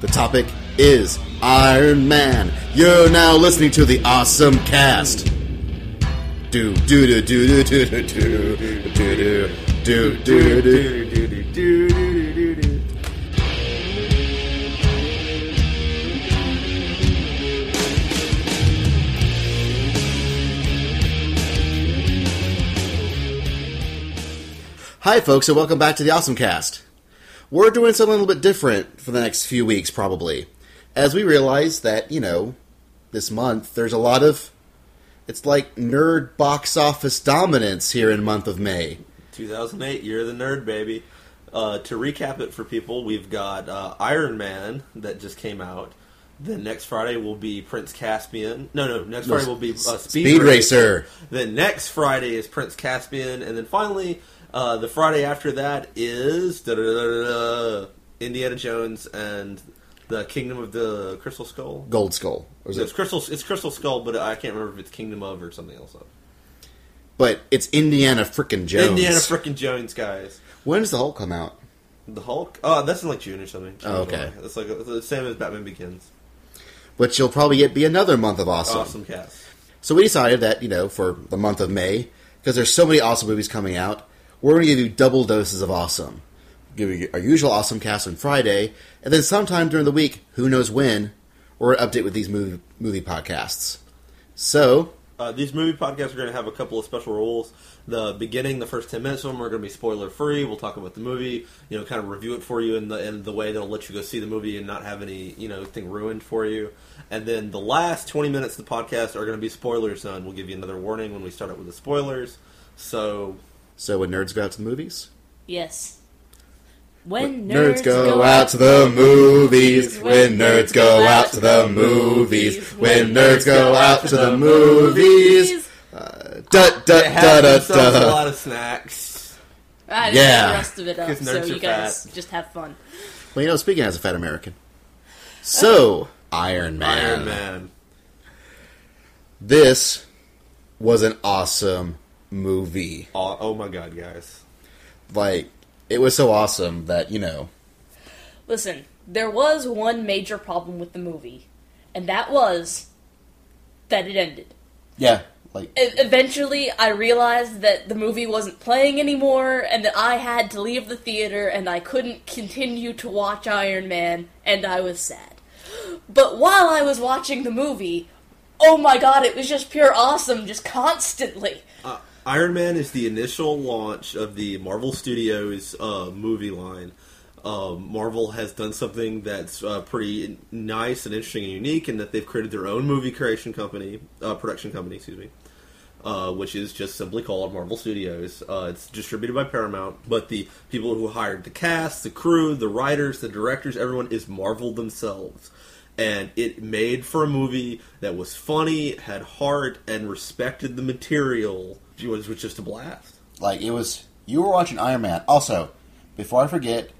The topic is Iron Man. You're now listening to the awesome cast. Do do do do do do do do do do do do do. Hi, folks, and welcome back to the Awesome Cast. We're doing something a little bit different for the next few weeks, probably, as we realize that, you know, this month there's a lot of. It's like nerd box office dominance here in month of May. 2008, You're the Nerd, baby. Uh, to recap it for people, we've got uh, Iron Man that just came out. Then next Friday will be Prince Caspian. No, no, next Friday will be uh, Speed, Speed Racer. Racer. Then next Friday is Prince Caspian. And then finally, uh, the Friday after that is da-da-da-da-da, Indiana Jones and the Kingdom of the Crystal Skull. Gold Skull. Or is No, it's it? Crystal. It's Crystal Skull, but I can't remember if it's Kingdom of or something else. But it's Indiana frickin' Jones. Indiana frickin' Jones, guys. When does the Hulk come out? The Hulk? Oh, that's in like June or something. Oh, okay. That's like the same as Batman Begins. Which you'll probably get be another month of awesome. Awesome, cast. So we decided that, you know, for the month of May, because there's so many awesome movies coming out, we're going to give you double doses of awesome. Give you our usual awesome cast on Friday, and then sometime during the week, who knows when, we're going to update with these movie, movie podcasts. So, Uh, these movie podcasts are going to have a couple of special rules. The beginning, the first ten minutes of them are going to be spoiler free. We'll talk about the movie, you know, kind of review it for you in the in the way that'll let you go see the movie and not have any you know thing ruined for you. And then the last twenty minutes of the podcast are going to be spoiler zone. We'll give you another warning when we start out with the spoilers. So so when nerds go out to the movies, Yes. When nerds go out to the movies. When nerds go out to the movies. When nerds go out to the movies. Da da they da have da themselves a da. lot of snacks. I didn't Yeah. yeah. the rest of it up, Because so nerds are you guys fat. just have fun. Well, you know, speaking as a fat American. So, Iron Man. Iron Man. This was an awesome movie. Oh, oh my god, guys. Like, it was so awesome that, you know, Listen, there was one major problem with the movie, and that was that it ended. yeah, like, E- Eventually, I realized that the movie wasn't playing anymore, and that I had to leave the theater, and I couldn't continue to watch Iron Man, and I was sad. But while I was watching the movie, oh my god, it was just pure awesome, just constantly. Uh, Iron Man is the initial launch of the Marvel Studios uh, movie line. Um, Marvel has done something that's uh, pretty nice and interesting and unique, in that they've created their own movie creation company, uh, production company, excuse me, uh, which is just simply called Marvel Studios. Uh, it's distributed by Paramount, but the people who hired the cast, the crew, the writers, the directors, everyone is Marvel themselves. And it made for a movie that was funny, had heart, and respected the material. It was, was just a blast. like, it was, you were watching Iron Man. Also, before I forget,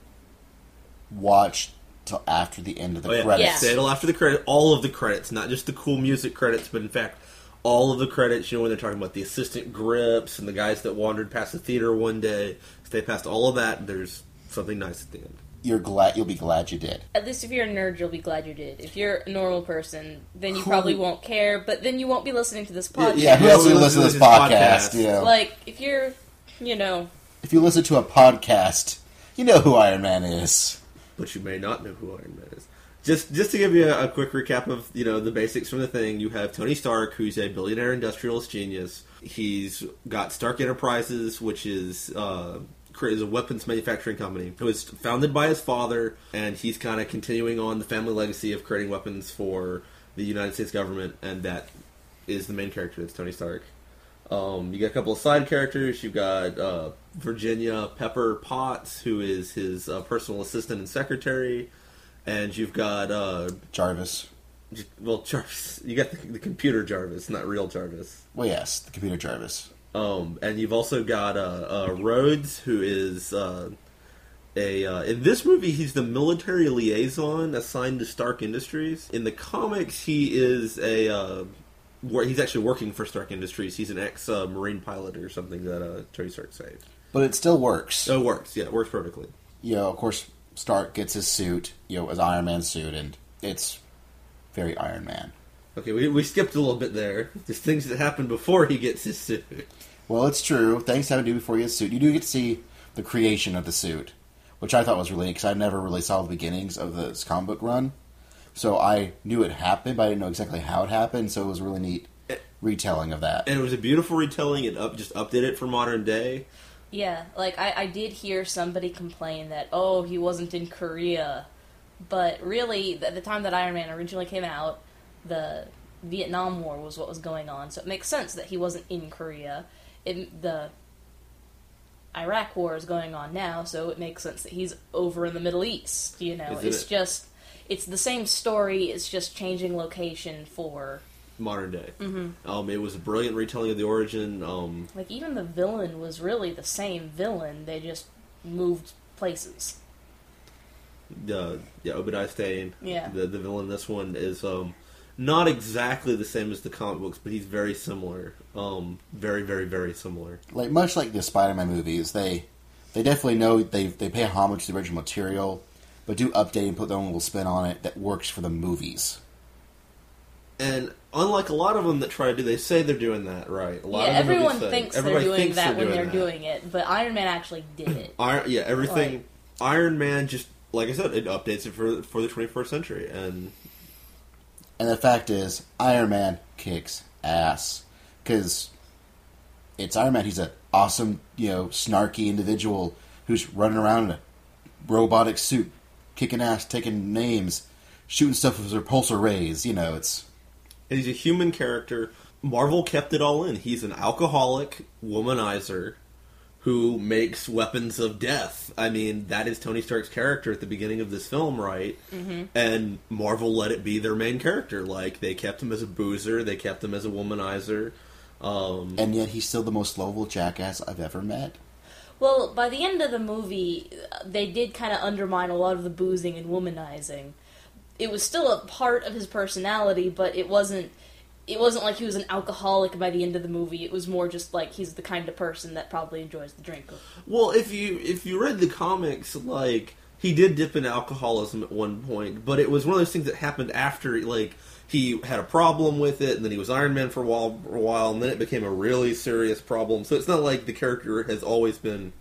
watch till after the end of the Oh, yeah. credits. Yeah. Stay till after the credit, all of the credits, not just the cool music credits, but in fact, all of the credits. You know when they're talking about the assistant grips and the guys that wandered past the theater one day. Stay past all of that. There's something nice at the end. You're glad, you'll be glad you did. At least if you're a nerd, you'll be glad you did. If you're a normal person, then you probably won't care, but then you won't be listening to this podcast. Yeah, who Yeah, else we would listen to this podcast? You know, Like, if you're, you know, if you listen to a podcast, you know who Iron Man is. but you may not know who Iron Man is. Just just to give you a, a quick recap of you know the basics from the thing, you have Tony Stark, who's a billionaire industrialist genius. He's got Stark Enterprises, which is uh, cre- is a weapons manufacturing company. It was founded by his father, and he's kind of continuing on the family legacy of creating weapons for the United States government, and that is the main character. That's Tony Stark. Um, you got a couple of side characters. You've got uh, Virginia Pepper Potts, who is his uh, personal assistant and secretary, and you've got uh, Jarvis. j- well Jarvis. You got the, the computer Jarvis, not real Jarvis. Well, yes, the computer Jarvis. Um, and you've also got uh, uh, Rhodes, who is uh, a uh, in this movie he's the military liaison assigned to Stark Industries. In the comics, he is a uh, where he's actually working for Stark Industries. He's an ex uh, Marine pilot or something that uh, Tony Stark saved. But it still works. So it works. Yeah, it works perfectly. you know, of course, Stark gets his suit, you know, his Iron Man suit, and it's very Iron Man. Okay, we, we skipped a little bit there. There's things that happen before he gets his suit. Well, it's true. Things happen to you before you get the suit. You do get to see the creation of the suit, which I thought was really because I never really saw the beginnings of this comic book run, so I knew it happened, but I didn't know exactly how it happened. So it was a really neat retelling of that. And it was a beautiful retelling and up just update it for modern day. Yeah, like I, I did hear somebody complain that oh he wasn't in Korea, but really at the time that Iron Man originally came out, the Vietnam War was what was going on, so it makes sense that he wasn't in Korea. It, the Iraq War is going on now, so it makes sense that he's over in the Middle East. You know, Isn't it's it? just it's the same story. It's just changing location for Modern day. Mm-hmm. Um, it was a brilliant retelling of the origin. Um, like even the villain was really the same villain. They just moved places. the yeah, Obadiah Stane. Yeah. The the villain in this one is um not exactly the same as the comic books, but he's very similar. Um, very, very, very similar. like much like the Spider-Man movies, they they definitely know they they pay homage to the original material, but do update and put their own little spin on it that works for the movies. And unlike a lot of them that try to do, they say they're doing that right. A lot Yeah, of them everyone say- thinks everybody they're doing thinks that when they're that. doing it, but Iron Man actually did it. Iron, yeah, everything. Like- Iron Man just like I said, it updates it for for the 21st century, and And the fact is, Iron Man kicks ass because it's Iron Man. He's an awesome, you know, snarky individual who's running around in a robotic suit, kicking ass, taking names, shooting stuff with his repulsor rays. You know, it's and he's a human character. Marvel kept it all in. He's an alcoholic womanizer who makes weapons of death. I mean, that is Tony Stark's character at the beginning of this film, right? Mm-hmm. And Marvel let it be their main character. Like they kept him as a boozer, they kept him as a womanizer. Um, and yet he's still the most lovable jackass I've ever met. Well, by the end of the movie, uh, they did kind of undermine a lot of the boozing and womanizing. It was still a part of his personality, but it wasn't. It wasn't like he was an alcoholic by the end of the movie. It was more just like he's the kind of person that probably enjoys the drink. Well, if you if you read the comics, like he did dip into alcoholism at one point, but it was one of those things that happened after, like he had a problem with it, and then he was Iron Man for a while, for a while, and then it became a really serious problem. So it's not like the character has always been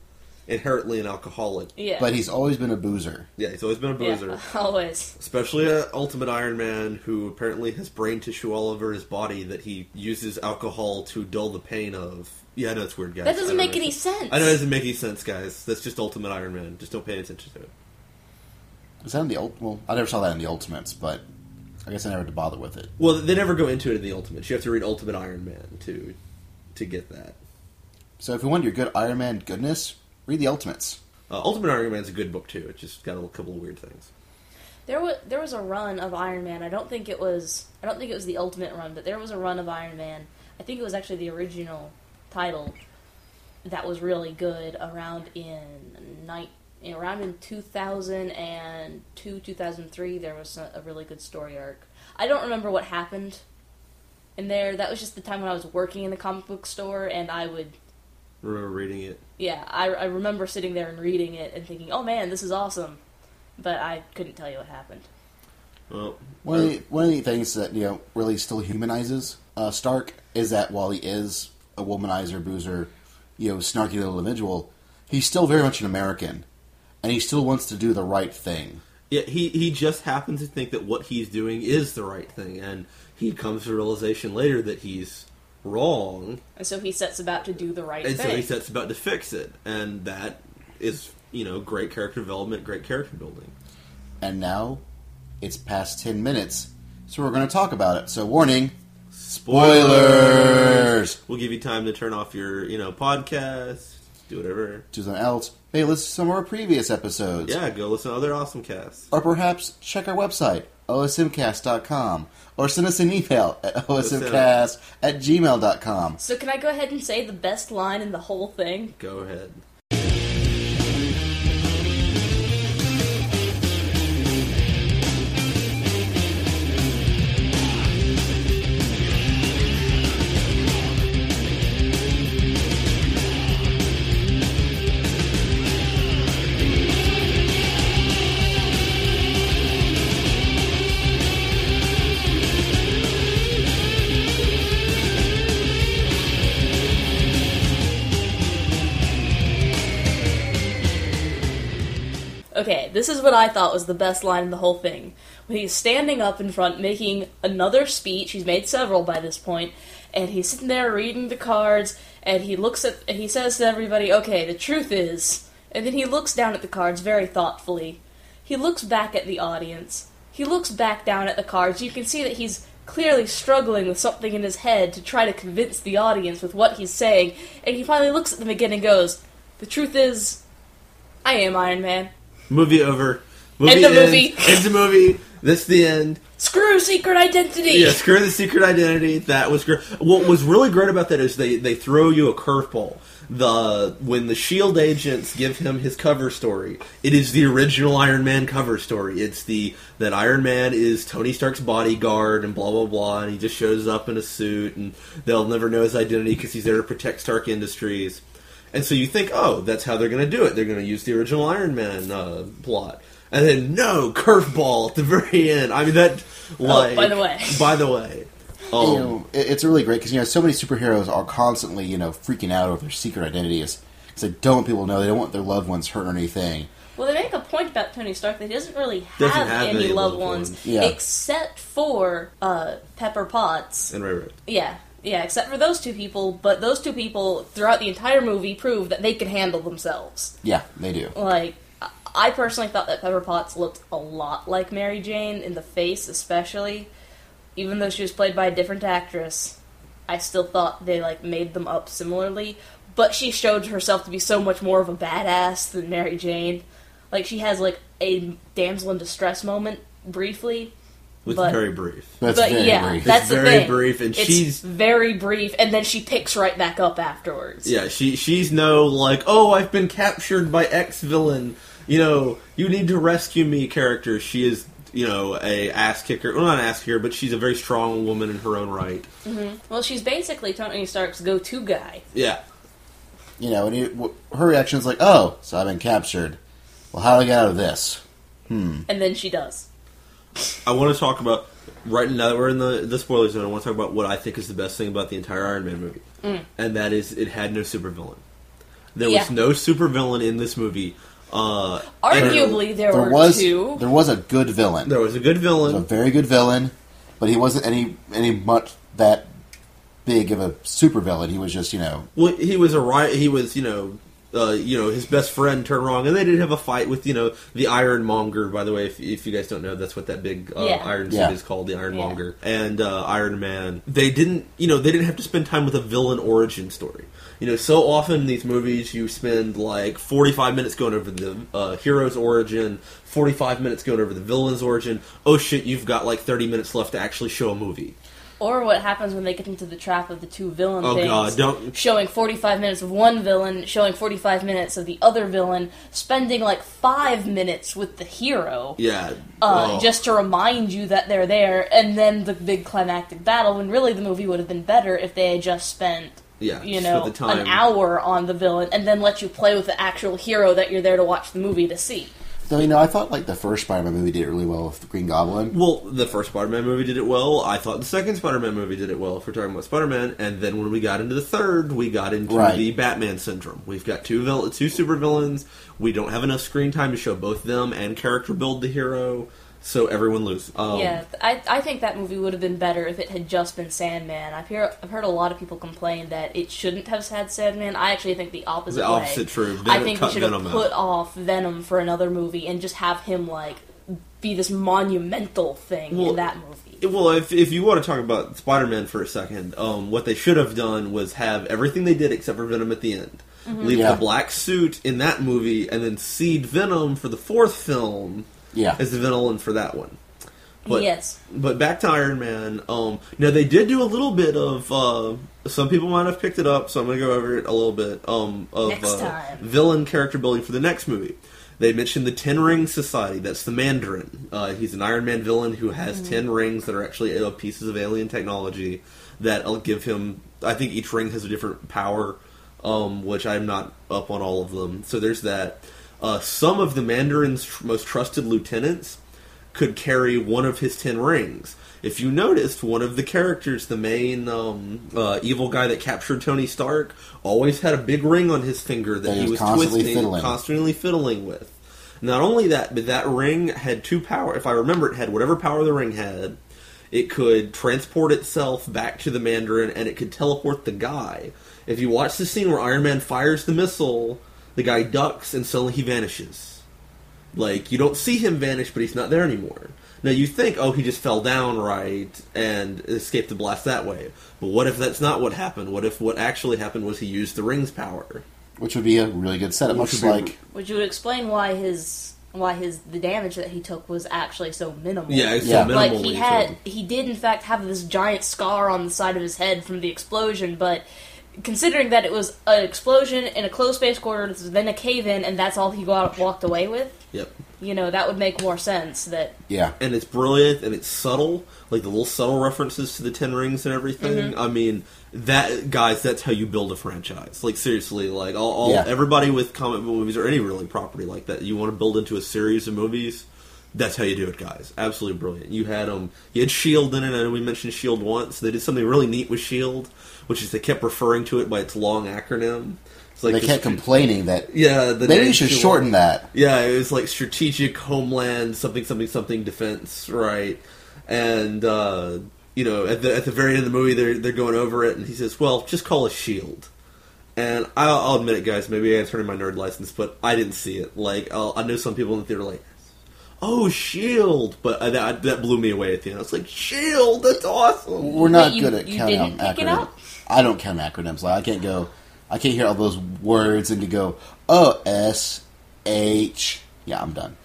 inherently an alcoholic. Yeah, But he's always been a boozer. Yeah, he's always been a yeah, boozer, always. especially uh, Ultimate Iron Man, who apparently has brain tissue all over his body that he uses alcohol to dull the pain of. Yeah, I know it's weird, guys. That I doesn't don't make know. any sense. I know it doesn't make any sense, guys. That's just Ultimate Iron Man. Just don't pay attention to it. Is that in the ult? Well, I never saw that in the Ultimates, but I guess I never had to bother with it. Well, they never go into it in the Ultimates. You have to read Ultimate Iron Man to to get that. So if you want your good Iron Man goodness, read the Ultimates. Uh, Ultimate Iron Man's a good book too. It just got a couple of weird things. There was there was a run of Iron Man. I don't think it was I don't think it was the ultimate run, but there was a run of Iron Man. I think it was actually the original title that was really good around in night around in 2002 2003 there was a, a really good story arc. I don't remember what happened in there. That was just the time when I was working in the comic book store and I would Remember reading it? yeah, I, I remember sitting there and reading it and thinking, "Oh man, this is awesome." But I couldn't tell you what happened. Well, One of, the, one of the things that you know really still humanizes uh, Stark is that while he is a womanizer, boozer, you know, snarky little individual, he's still very much an American, and he still wants to do the right thing. yeah, he he just happens to think that what he's doing is the right thing, and he comes to the realization later that he's wrong, And so he sets about to do the right and thing. so he sets about to fix it, and that is you know great character development, great character building. And now, it's past ten minutes, so we're going to talk about it. So warning, spoilers. We'll give you time to turn off your you know podcast, do whatever. Do something else. Hey, listen to some of our previous episodes. Yeah, go listen to other awesome casts. or perhaps check our website, osmcast.com, or send us an email at osmcast at gmail.com. so can I go ahead and say the best line in the whole thing? Go ahead. Okay, this is what I thought was the best line in the whole thing. When he's standing up in front making another speech, he's made several by this point, and he's sitting there reading the cards, and he looks at and he says to everybody, "Okay, the truth is." And then he looks down at the cards very thoughtfully. He looks back at the audience. He looks back down at the cards. You can see that he's clearly struggling with something in his head to try to convince the audience with what he's saying. And he finally looks at them again and goes, "The truth is, I am Iron Man." Movie over. Movie End the ends. movie. Ends the movie. This the end. Screw secret identity. Yeah, screw the secret identity. That was great. What was really great about that is they they throw you a curveball. The when the Shield E agents give him his cover story, it is the original Iron Man cover story. It's the that Iron Man is Tony Stark's bodyguard and blah blah blah, and he just shows up in a suit, and they'll never know his identity because he's there to protect Stark Industries. And so you think, oh, that's how they're going to do it. They're going to use the original Iron Man uh, plot. And then, no, curveball at the very end. I mean, that, like. Oh, by the way. By the way. Um, you know, it- it's really great because you know so many superheroes are constantly you know freaking out over their secret identities because they don't want people to know they don't want their loved ones hurt or anything. Well, they make a point about Tony Stark that he doesn't really have, Doesn't have any, any loved loved ones, ones. Yeah. except for uh, Pepper Potts. and Ray Ray. Yeah, yeah, except for those two people. But those two people throughout the entire movie prove that they can handle themselves. Yeah, they do. Like, I- I personally thought that Pepper Potts looked a lot like Mary Jane in the face, especially, even though she was played by a different actress. I still thought they like made them up similarly, but she showed herself to be so much more of a badass than Mary Jane. Like she has like a damsel in distress moment briefly, Was But- very brief. That's but very yeah, brief. that's the very thing. brief, and It's she's- very brief, and then she picks right back up afterwards. Yeah, she she's no, like, oh, I've been captured by X villain. You know, you need to rescue me character. She is, you know, a ass kicker. Well, not an ass kicker, but she's a very strong woman in her own right. Well, she's basically Tony Stark's go-to guy. Yeah. you know, and it, w- her reaction is like, "Oh, so I've been captured. Well, how do I get out of this?" And then she does. I want to talk about right now that we're in the the spoiler zone. I want to talk about what I think is the best thing about the entire Iron Man movie, and that is it had no supervillain. There Mm. Yeah. was no supervillain in this movie. Uh, and Arguably, there, There were was two. there was a good villain, there was a good a villain. very good villain, but he wasn't any any much that big of a super villain. He was just you know Well, he was a right. He was you know. Uh, you know his best friend turned wrong, and they did have a fight with you know the Ironmonger. By the way, if, if you guys don't know, that's what that big uh, Yeah. iron Yeah. suit is called, the Ironmonger and uh, Iron Man. They didn't, you know, they didn't have to spend time with a villain origin story. You know, so often in these movies you spend like forty five minutes going over the uh, hero's origin, forty five minutes going over the villain's origin. Oh shit, you've got like thirty minutes left to actually show a movie. Or what happens when they get into the trap of the two villain Oh, things. God, don't- Showing 45 minutes of one villain, showing 45 minutes of the other villain, spending like five minutes with the hero. Yeah, Uh, Oh. Just to remind you that they're there, and then the big climactic battle. When really the movie would have been better if they had just spent, Yeah, you spent know, the time. an hour on the villain, and then let you play with the actual hero that you're there to watch the movie to see. So you know, I thought like the first Spider-Man movie did it really well with Green Goblin. Well, the first Spider-Man movie did it well. I thought the second Spider-Man movie did it well. If we're talking about Spider-Man, and then when we got into the third, we got into Right. the Batman syndrome. We've got two vill- two supervillains. We don't have enough screen time to show both them and character build the hero, so everyone loses. Um, Yeah, th- I, I think that movie would have been better if it had just been Sandman. I've, hear, I've heard a lot of people complain that it shouldn't have had Sandman. I actually think the opposite. The way. opposite true. I Venom- think we cut should have Venom out. put off Venom for another movie and just have him like be this monumental thing Well, in that movie. It- Well, if, if you want to talk about Spider Man for a second, um, what they should have done was have everything they did except for Venom at the end. Mm-hmm. Leave Yeah. the black suit in that movie and then seed Venom for the fourth film Yeah. as the villain for that one. But, yes, But back to Iron Man. Um, now, they did do a little bit of. Uh, some people might have picked it up, so I'm going to go over it a little bit um, of Next uh, time. villain character building for the next movie. They mentioned the Ten Ring Society. That's the Mandarin. Uh, he's an Iron Man villain who has ten rings that are actually uh, pieces of alien technology that'll give him. I think each ring has a different power, um, which I'm not up on all of them. So there's that. Uh, some of the Mandarin's tr- most trusted lieutenants could carry one of his ten rings. If you noticed, one of the characters, the main um, uh, evil guy that captured Tony Stark, always had a big ring on his finger that That he he was was constantly twisting, fiddling. constantly fiddling with. Not only that, but that ring had two power. If I remember, it had whatever power the ring had. It could transport itself back to the Mandarin, and it could teleport the guy. If you watch the scene where Iron Man fires the missile, the guy ducks, and suddenly he vanishes. Like you don't see him vanish, but he's not there anymore. Now you think, oh, he just fell down, right, and escaped the blast that way. But what if that's not what happened? What if what actually happened was he used the ring's power? which would be a really good setup. Which Much would be- like Which would explain why his why his the damage that he took was actually so minimal. Yeah, it's Yeah. so minimal. like he when you had said- he did in fact have this giant scar on the side of his head from the explosion, but considering that it was an explosion in a closed space quarters, then a cave in, and that's all he got walked away with, Yep. you know, that would make more sense. That yeah, and it's brilliant and it's subtle, like the little subtle references to the Ten Rings and everything. Mm-hmm. I mean, that guys, that's how you build a franchise. Like seriously, like all, all Yeah. everybody with comic book movies or any really property like that, you want to build into a series of movies. That's how you do it, guys. Absolutely brilliant. You had um, you had Shield in it. I know we mentioned Shield once. They did something really neat with Shield, E which is they kept referring to it by its long acronym. It's like they this- kept complaining that Yeah, the maybe name you should Shield. shorten that. Yeah, it was like strategic homeland something something something defense, right? And uh, you know, at the at the very end of the movie, they're they're going over it, and he says, "Well, just call a shield." And I'll, I'll admit it, guys. Maybe I turned in my nerd license, but I didn't see it. Like I'll, I know some people in the theater, are like, "Oh, shield!" But I, that that blew me away at the end. I was like, "Shield, that's awesome." We're not Wait, you- good at you counting didn't out pick it acronyms. up? I don't count acronyms. Like I can't go. I can't hear all those words and to go. O S H. Yeah, I'm done.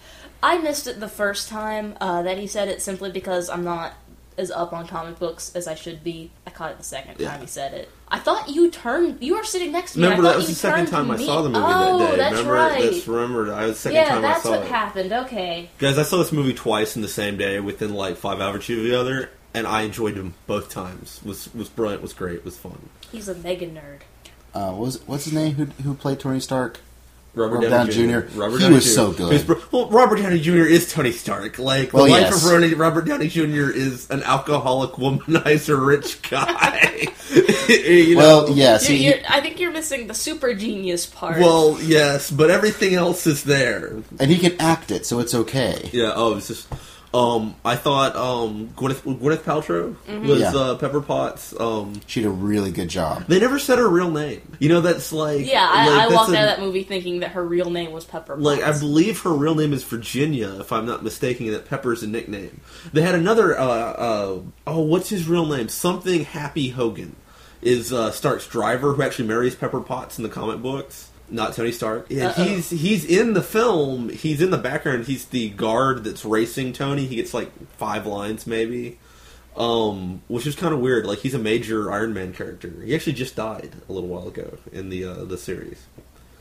I missed it the first time uh, that he said it simply because I'm not as up on comic books as I should be. I caught it the second Yeah. time he said it. I thought you turned. You were sitting next to me. Remember I that thought was you the second turned to time I me. saw the movie oh, that day. That's remember? right. That's remember. That was the second yeah, time that's I saw what it. happened. Okay. Guys, I saw this movie twice in the same day, within like five hours of each other, and I enjoyed them both times. was was brilliant, was great, was fun. He's a mega nerd. Uh, what was what's his name? Who who played Tony Stark? Robert Robert Downey Downey Jr. Jr., Robert he Downey was Jr. so good. He's br- well, Robert Downey Jr. is Tony Stark. Like Well, the life yes. of Ronnie- Robert Downey Jr. is an alcoholic, womanizer, rich guy. You know? well, yes, You're, he- you're, I think you're missing the super genius part. well, yes, but everything else is there. and he can act it, so it's okay. Yeah. Oh, it's just. Um, I thought um, Gwyneth, Gwyneth Paltrow was Yeah. uh, Pepper Potts. Um, She did a really good job. They never said her real name. You know, that's like yeah, I, like, I that's walked a- out of that movie thinking that her real name was Pepper. Like I Potts. believe her real name is Virginia, if I'm not mistaken. and That Pepper's a nickname. They had another. Uh, uh, oh, what's his real name? Something Happy Hogan is uh, Stark's driver, who actually marries Pepper Potts in the comic books. Not Tony Stark. Yeah, Uh-oh. he's he's in the film. He's in the background. He's the guard that's racing Tony. He gets like five lines maybe. Um, which is kind of weird. Like he's a major Iron Man character. He actually just died a little while ago in the uh, the series.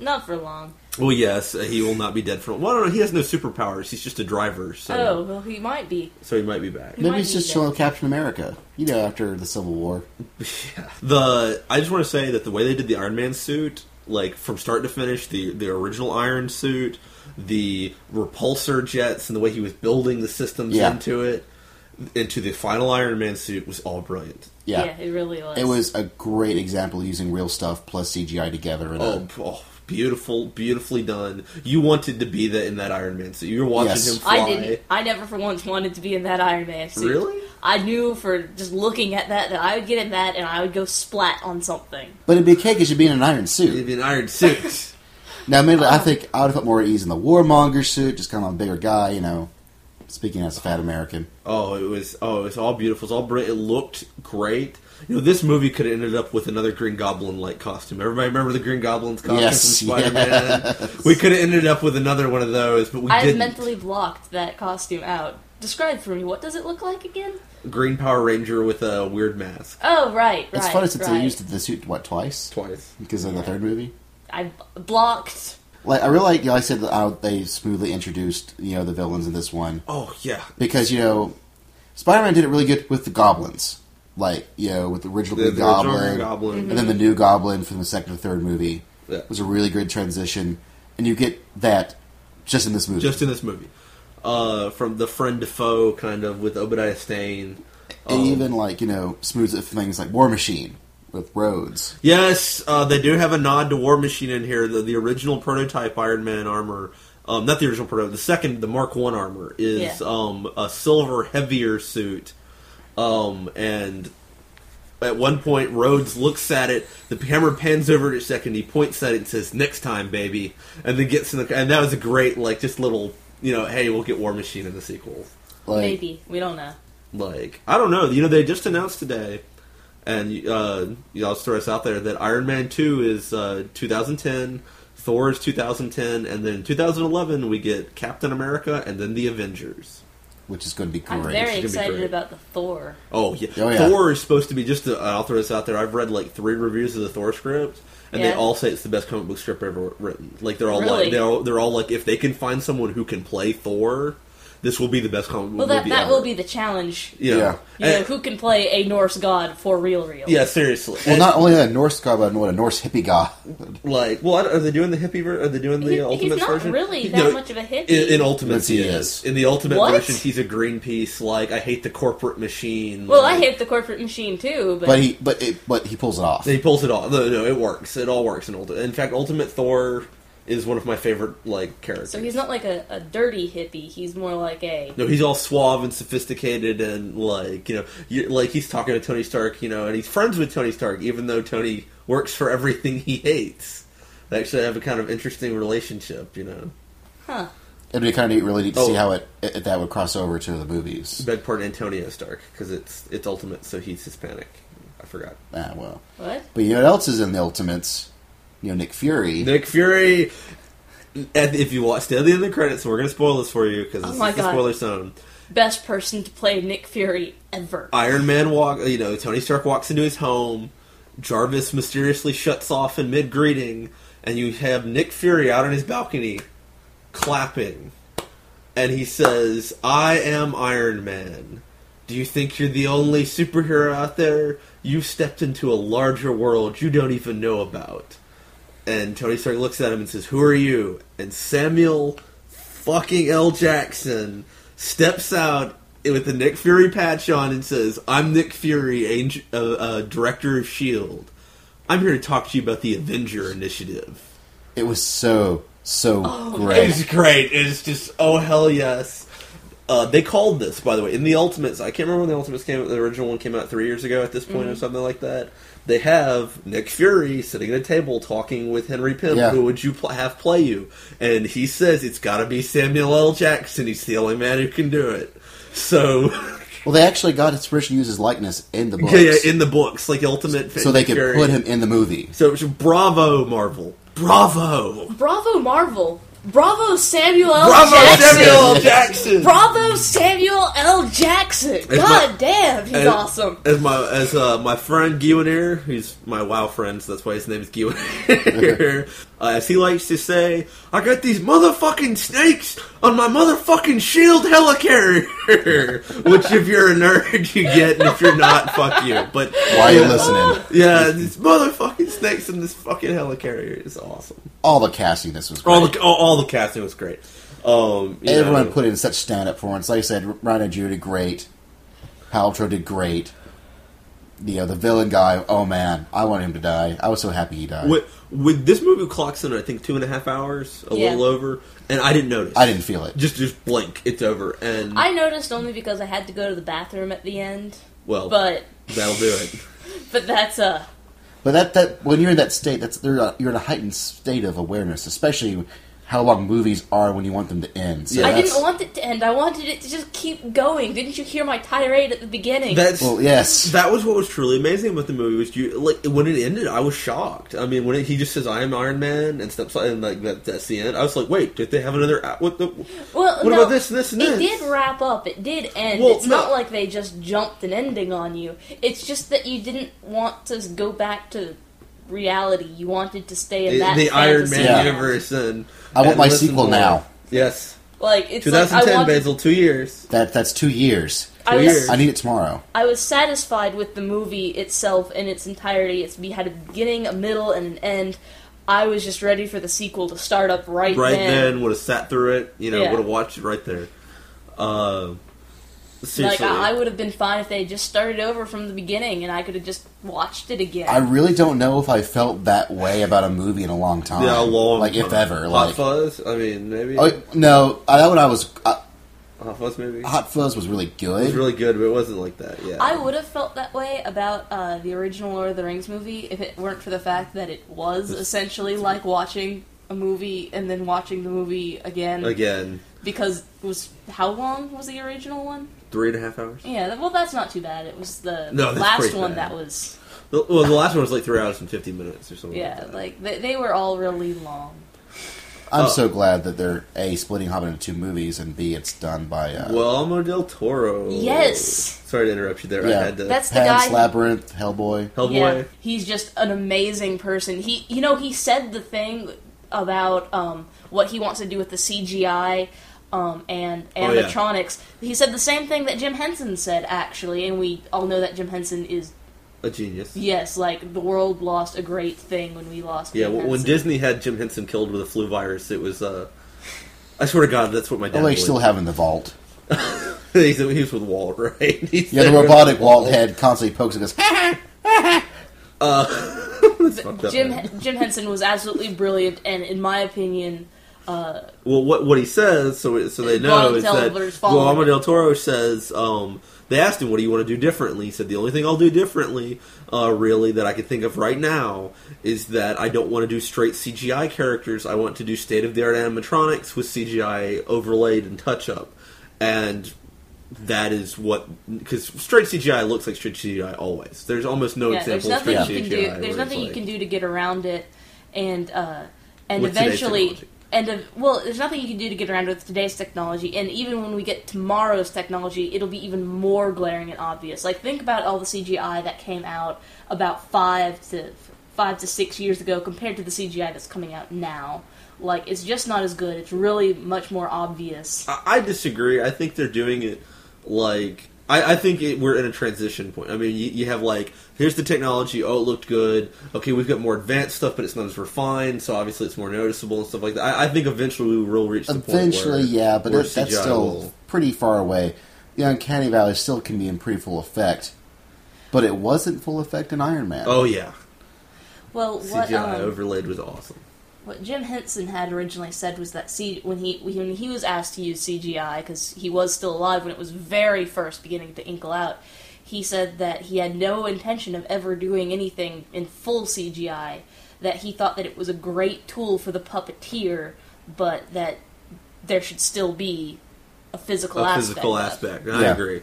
not for long. Well, yes, uh, he will not be dead for. Well, no, no, he has no superpowers. He's just a driver, so Oh well, he might be. so he might be back. Maybe might he's be just dead. showing Captain America. You know, after the Civil War. The I just want to say that the way they did the Iron Man suit, like from start to finish, the the original Iron suit, the repulsor jets, and the way he was building the systems Yeah. into it, into the final Iron Man suit was all brilliant. Yeah. it really was. It was a great example of using real stuff plus CGI together. In Oh, a, p- oh, beautiful, beautifully done. You wanted to be that in that Iron Man suit. You were watching Yes. him fly. I didn't. I never for once wanted to be in that Iron Man suit. Really? I knew for just looking at that that I would get in that and I would go splat on something. but it'd be okay because you'd be in an iron It'd suit. be an Iron suit. Now, admittedly, Um, I think I would have felt more at ease in the warmonger suit, just kind of a bigger guy, you know, speaking as a fat American. Oh, it was oh, it was all beautiful. It's all brilliant. It looked great. You know, this movie could have ended up with another Green Goblin like costume. Everybody remember the Green Goblin's costume Yes, from Spider Man. We could have ended up with another one of those, but we I have didn't. mentally blocked that costume out. Describe for me what does it look like again? Green Power Ranger with a weird mask Oh right, right. It's funny since right. they used the suit, what, twice? twice. Because of the third movie? I b- blocked. Like, I really like, you know, I said that how they smoothly introduced, you know, the villains in this one. Oh yeah, because you know Spider-Man did it really good with the goblins, like you know with the original the, Green the original Goblin, Green Goblin. Mm-hmm. and then the new Goblin from the second and third movie. Yeah. It was a really good transition, and you get that just in this movie. Just in this movie, uh, from the friend to foe kind of with Obadiah Stane. and Um, even like you know smooths it for things like War Machine with Rhodes. Yes, uh, they do have a nod to War Machine in here. The, the original prototype Iron Man armor Um, not the original proto. The second, the Mark One armor is Yeah. um, a silver heavier suit, um, and at one point Rhodes looks at it. The camera pans over it a second. He points at it and says, "Next time, baby," and then gets in the. And that was a great, like, just little, you know, hey, we'll get War Machine in the sequel. Like, Maybe we don't know. Like, I don't know. You know, they just announced today, and uh, you know, I'll just throw this out there that Iron Man Two is uh, 2010, Thor is 2010, and then 2011 we get Captain America and then the Avengers. which is going to be great. I'm very It's gonna be excited great. about the Thor. Oh yeah. Oh, yeah. Thor is supposed to be just. A, I'll throw this out there. I've read like three reviews of the Thor script, and they Yeah. all say it's the best comic book script ever written. Like they're all Really? like they're all, they're all like if they can find someone who can play Thor, this will be the best comic book Well, that movie that ever. will be the challenge. yeah. Yeah. You know, And- who can play a Norse god for real, real? yeah, seriously. well, And- not only a Norse god, but what a Norse hippie god. like, well, I don't- are they doing the hippie version? Are they doing the He- uh, ultimate he's not version? really that No, much of a hippie. In, in Ultimate, Yes, he he is. is. In the Ultimate What? version, he's a Greenpeace. Like, I hate the corporate machine. well, I like- hate the corporate machine too, but, But he, but it, but he pulls it off. He pulls it off. No, no, it works. It all works in Ultimate. In fact, Ultimate Thor is one of my favorite like characters. so he's not like a, a dirty hippie. He's more like a No, he's all suave and sophisticated, and like you know, you, like he's talking to Tony Stark, you know, and he's friends with Tony Stark, even though Tony works for everything he hates. They actually have a kind of interesting relationship, you know. huh. It'd be kind of neat, really neat to see Oh. how it, it that would cross over to the movies. beg pardon, Antonio Stark, because it's it's Ultimate, so he's Hispanic. I forgot. Ah, well. What? But you know what else is in the Ultimates? You know, Nick Fury. Nick Fury. And if you watch the end of the credits, we're going to spoil this for you because Oh this my is the God. spoiler zone. Best person to play Nick Fury ever. Iron Man walk. You know, Tony Stark walks into his home. Jarvis mysteriously shuts off in mid greeting, and you have Nick Fury out on his balcony, clapping, and he says, "I am Iron Man." Do you think you're the only superhero out there? You've stepped into a larger world you don't even know about. And Tony Stark looks at him and says, Who are you? And Samuel fucking L. Jackson steps out with the Nick Fury patch on and says, I'm Nick Fury, Ang- uh, uh, director of S.H.I.E.L.D. I'm here to talk to you about the Avenger Initiative. It was so so Oh, It's great. great. It's just oh hell yes. Uh, they called this, by the way, in the Ultimates. I can't remember when the Ultimates came. out. The original one came out three years ago at this point, Mm-hmm. or something like that. They have Nick Fury sitting at a table talking with Henry Pym. Yeah. Who would you pl- have play you? And he says it's got to be Samuel L. Jackson. He's the only man who can do it. So Well, they actually got its permission to use his likeness in the books, yeah, yeah, in the books, like Ultimate, so they Nick could Fury. put him in the movie. So, so bravo, Marvel, bravo, Bravo, Marvel. Bravo, Samuel L. bravo, Oh, Jackson. Samuel L. Jackson. Bravo, Samuel L. Jackson. my- God damn, he's And awesome. As my as uh, my friend Guineer, who's my WoW friend, so that's why his name is Guineer. uh, as he likes to say, I got these motherfucking snakes on my motherfucking shield helicarrier. Which, if you're a nerd, you get, and if you're not, fuck you. But Why are you listening? yeah, these motherfucking snakes in this fucking helicarrier is awesome. All the casting this was great. All the all, all the casting was great. Um, you Everyone know, put in such stand up performance. Like I said, Ryan and Judy great. Paltrow did great. You know, the villain guy. Oh man, I want him to die. I was so happy he died. With, with this movie clocks in, I think two and a half hours, a Yeah. little over, and I didn't notice. I didn't feel it. just just blink it's over and I noticed only because I had to go to the bathroom at the end, well but that'll do it but that's uh But that that when you're in that state, that's you're in a- you're in a heightened state of awareness, especially how long movies are when you want them to end. So I that's, didn't want it to end. I wanted it to just keep going. Didn't you hear my tirade at the beginning? that's Well, yes. that was what was truly amazing about the movie was you like when it ended i was shocked i mean when it, he just says i am iron man and steps and like that, that's the end i was like wait did they have another ou- what the well, what no, about this and this and It this? did wrap up. It did end. Well, it's not no. like they just jumped an ending on you. It's just that you didn't want to go back to reality. You wanted to stay in the, that the iron man fantasy world. universe and I want and my listen sequel more. now. yes Like it's like I 2010 wanted, basil two years That that's two years. I two was- years. I need it tomorrow. I was satisfied with the movie itself in its entirety. It's we had a beginning, a middle, and an end. I was just ready for the sequel to start up right, right then. then would have sat through it you know Yeah. would have watched it right there uh, Seriously. Like I, I would have been fine if they just started over from the beginning and I could have just watched it again. I really don't know if I felt that way about a movie in a long time. yeah, long like if time. ever. Hot Like Fuzz. I mean, maybe oh, no, I, that one I was. Uh, Hot Fuzz. Maybe Hot Fuzz was really good. it was really good, but it wasn't like that. Yeah, I would have felt that way about uh, the original Lord of the Rings movie if it weren't for the fact that it was essentially like watching a movie and then watching the movie again. again Because it was how long was the original one? three and a half hours. Yeah, th- well, that's not too bad. It was the No, that's last pretty one bad. that was. The- Well, the last one was like three hours and fifty minutes or something. Yeah, like, that. like they, they were all really long. I'm Oh. so glad that they're a splitting Hobbit into two movies, and b it's done by uh, Guillermo del Toro. Yes. Sorry to interrupt you there. Yeah. I had to. That's the guy. Pan's who- Labyrinth, Hellboy. Hellboy. he's just an amazing person. He, you know, he said the thing about um, what he wants to do with the CGI um, and Oh, yeah. animatronics. He said the same thing that Jim Henson said, actually, and we all know that Jim Henson is A genius. yes, like the world lost a great thing when we lost. Yeah, Jim when, when Henson. Disney had Jim Henson killed with a flu virus, it was. uh I swear to God, that's what my Oh, dad. they believed. still have in the vault. He's- he was with Walt, right? He's Yeah, the there with robotic Walt head constantly pokes and goes. That's fucked up, Jim man. Jim Henson was absolutely brilliant, and in my opinion, uh, Well, what what he says, so it- so they know Guillermo is del that Toro's following. Guillermo del Toro says. um They asked him, "What do you want to do differently?" He said, "The only thing I'll do differently, uh, really, that I can think of right now, is that I don't want to do straight CGI characters. I want to do state of the art animatronics with CGI overlaid and touch up." And that is what because straight CGI looks like straight CGI always. There's almost no yeah, there's example of nothing straight you CGI. can do. where There's it's nothing you like- can do to get around it, and uh, and With today's eventually, technology. and uh, well, there's nothing you can do to get around with today's technology, and even when we get tomorrow's technology, it'll be even more glaring and obvious. Like think about all the CGI that came out about five to five to six years ago compared to the CGI that's coming out now. Like it's just not as good. It's really much more obvious. I, I disagree. I think they're doing it like I, I think it, we're in a transition point. I mean, you, you have like here's the technology. Oh, it looked good. Okay, we've got more advanced stuff, but it's not as refined, so obviously it's more noticeable and stuff like that. I, I think eventually we will reach the Eventually, point where, yeah, but where that, that's CGI still will- pretty far away. The Uncanny Valley still can be in pretty full effect, but it wasn't full effect in Iron Man. Oh yeah, Well, CGI what um, overlaid was awesome. What Jim Henson had originally said was that C- when he when he was asked to use CGI because he was still alive when it was very first beginning to inkle out, he said that he had no intention of ever doing anything in full CGI. That he thought that it was a great tool for the puppeteer, but that there should still be a physical A aspect. physical of it. aspect. I Yeah. agree.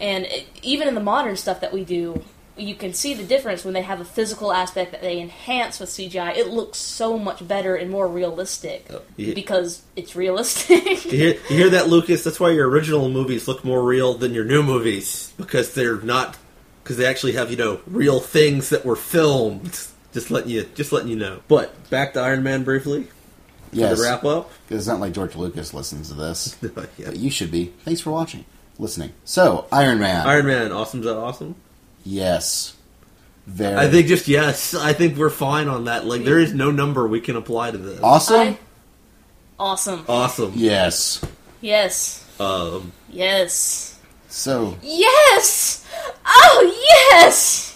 And it, even in the modern stuff that we do, you can see the difference when they have a physical aspect that they enhance with CGI. It looks so much better and more realistic yeah. Uh, because it's realistic. You hear, you hear that, Lucas? That's why your original movies look more real than your new movies because they're not because they actually have you know real things that were filmed. Just letting you, just letting you know. But back to Iron Man briefly yes, to wrap up. 'cause it's not like George Lucas listens to this. Yeah. But you should be. Thanks for watching, listening. So, Iron Man. Iron Man, awesome. Is that awesome? Yes. Very. I think just yes. I think we're fine on that. Like there is no number we can apply to this. awesome. I- awesome. Awesome. yes. Yes. Um, Yes. So, Yes! Oh, yes!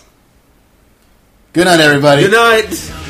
good night, everybody. good night.